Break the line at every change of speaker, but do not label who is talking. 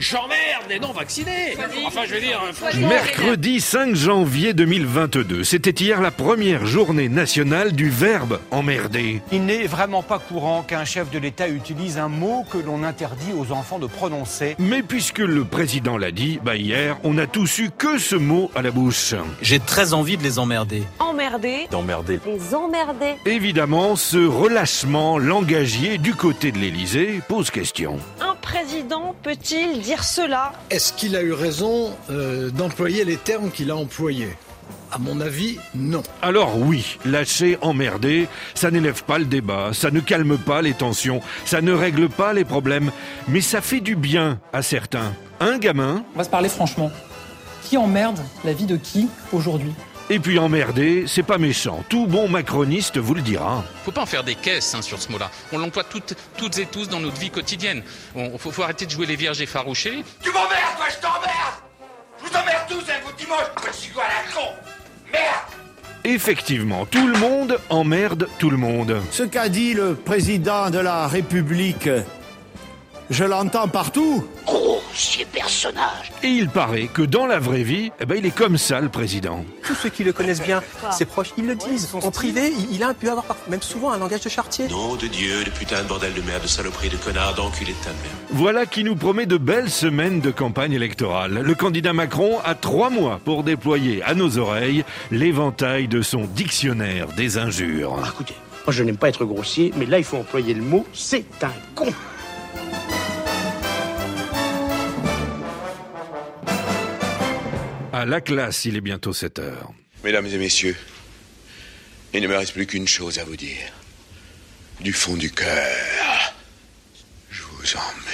j'emmerde les non-vaccinés Enfin, je veux dire... euh, franchement,
Mercredi 5 janvier 2022, c'était hier la première journée nationale du verbe emmerder.
Il n'est vraiment pas courant qu'un chef de l'État utilise un mot que l'on interdit aux enfants de prononcer.
Mais puisque le président l'a dit, bah hier, on a tous eu que ce mot à la bouche.
J'ai très envie de les emmerder.
Emmerder.
D'emmerder.
Les emmerder.
Évidemment, ce relâchement langagier du côté de l'Élysée pose question.
Un président peut-il dire cela
Est-ce qu'il a eu raison euh, d'employer les termes qu'il a employés À mon avis, non.
Alors oui, lâcher, emmerder, ça n'élève pas le débat, ça ne calme pas les tensions, ça ne règle pas les problèmes, mais ça fait du bien à certains. Un gamin,
On va se parler franchement. Qui emmerde la vie de qui aujourd'hui
et puis emmerder, c'est pas méchant. Tout bon macroniste vous le dira.
faut pas en faire des caisses hein, sur ce mot-là. On l'emploie toutes, toutes et tous dans notre vie quotidienne. Il faut, faut arrêter de jouer les vierges effarouchées.
Tu m'emmerdes, toi, je t'emmerde Je vous emmerde tous, hein, vous dimanche, petit doigt à la con Merde
Effectivement, tout le monde emmerde tout le monde.
Ce qu'a dit le président de la République, je l'entends partout.
Chier personnage
Et il paraît que dans la vraie vie, eh ben, il est comme ça le président.
Tous ceux qui le connaissent bien, ses proches, ils le disent. En privé, il, il a pu avoir parfois- même souvent un langage de chartier.
Nom de Dieu, de putain de bordel de merde, de saloperie, de connard, d'enculé de ta mère.
Voilà qui nous promet de belles semaines de campagne électorale. Le candidat Macron a trois mois pour déployer à nos oreilles l'éventail de son dictionnaire des injures.
Écoutez, moi je n'aime pas être grossier, mais là il faut employer le mot c'est un con.
À la classe, il est bientôt 7 heures.
Mesdames et messieurs, il ne me reste plus qu'une chose à vous dire. Du fond du cœur, je vous emmerde.